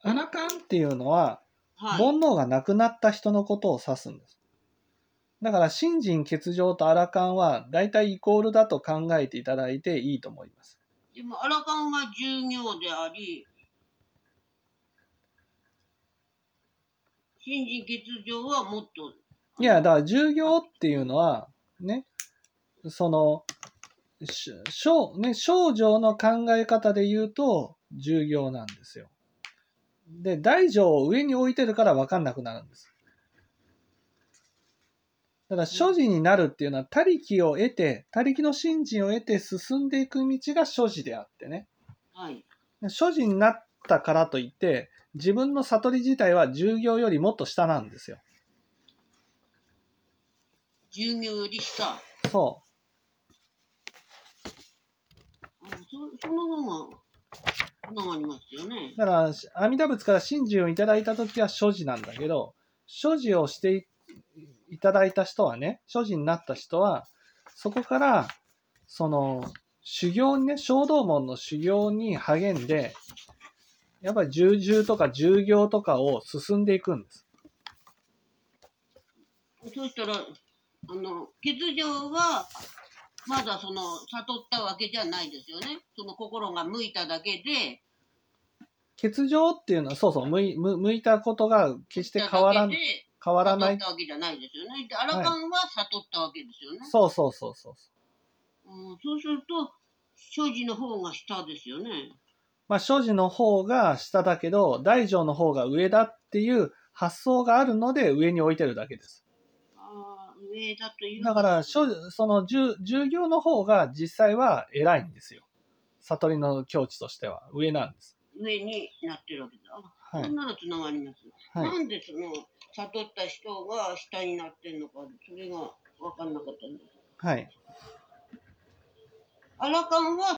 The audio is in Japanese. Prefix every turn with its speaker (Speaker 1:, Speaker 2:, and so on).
Speaker 1: アナカンっていうのは、
Speaker 2: はい。
Speaker 1: 煩悩がなくなった人のことを指すんです。だから、信心欠如とアラカンは、大体イコールだと考えていただいていいと思います。
Speaker 2: でも、アラカンは従業であり、新人欠場はもっと。
Speaker 1: いや、だから、従業っていうのは、ね、その、し少、ね、少女の考え方で言うと、従業なんですよ。で、大乗を上に置いてるから分かんなくなるんです。だから、所持になるっていうのは、他力を得て、他力の信心を得て進んでいく道が所持であってね。
Speaker 2: はい。
Speaker 1: 所持になったからといって、自分の悟り自体は従業よりもっと下なんですよ。
Speaker 2: 従業より下。
Speaker 1: そう。
Speaker 2: うんそその方が、つながりますよね。
Speaker 1: だから、阿弥陀仏から信心をいただいたときは所持なんだけど、所持をしていいただいた人はね、所持になった人は、そこから、その、修行にね、小道門の修行に励んで、やっぱり従従とか従業とかを進んでいくんです。
Speaker 2: そうしたら、あの、欠場は、まだその、悟ったわけじゃないですよね。その心が向いただけで、
Speaker 1: 欠場っていうのは、そうそう、向い向向いたことが決して変わらん
Speaker 2: 向い
Speaker 1: 変わ
Speaker 2: ただ
Speaker 1: らない
Speaker 2: けで悟っ。たわけじゃないですよね。で、アラカンは悟ったわけですよね。
Speaker 1: そうそうそうそう。
Speaker 2: うん、そうすると、所持の方が下ですよね。
Speaker 1: まあ、所持の方が下だけど、大乗の方が上だっていう発想があるので上に置いてるだけです。
Speaker 2: ああ、上だという。
Speaker 1: だから、所持その従従業の方が実際は偉いんですよ。悟りの境地としては上なんです。
Speaker 2: 上になってるわけだ。あ
Speaker 1: はい
Speaker 2: そん。なのつながります。
Speaker 1: はい、
Speaker 2: なんでその、悟った人が下になってんのか、それが分かんなかったんです。
Speaker 1: はい。
Speaker 2: アラカンは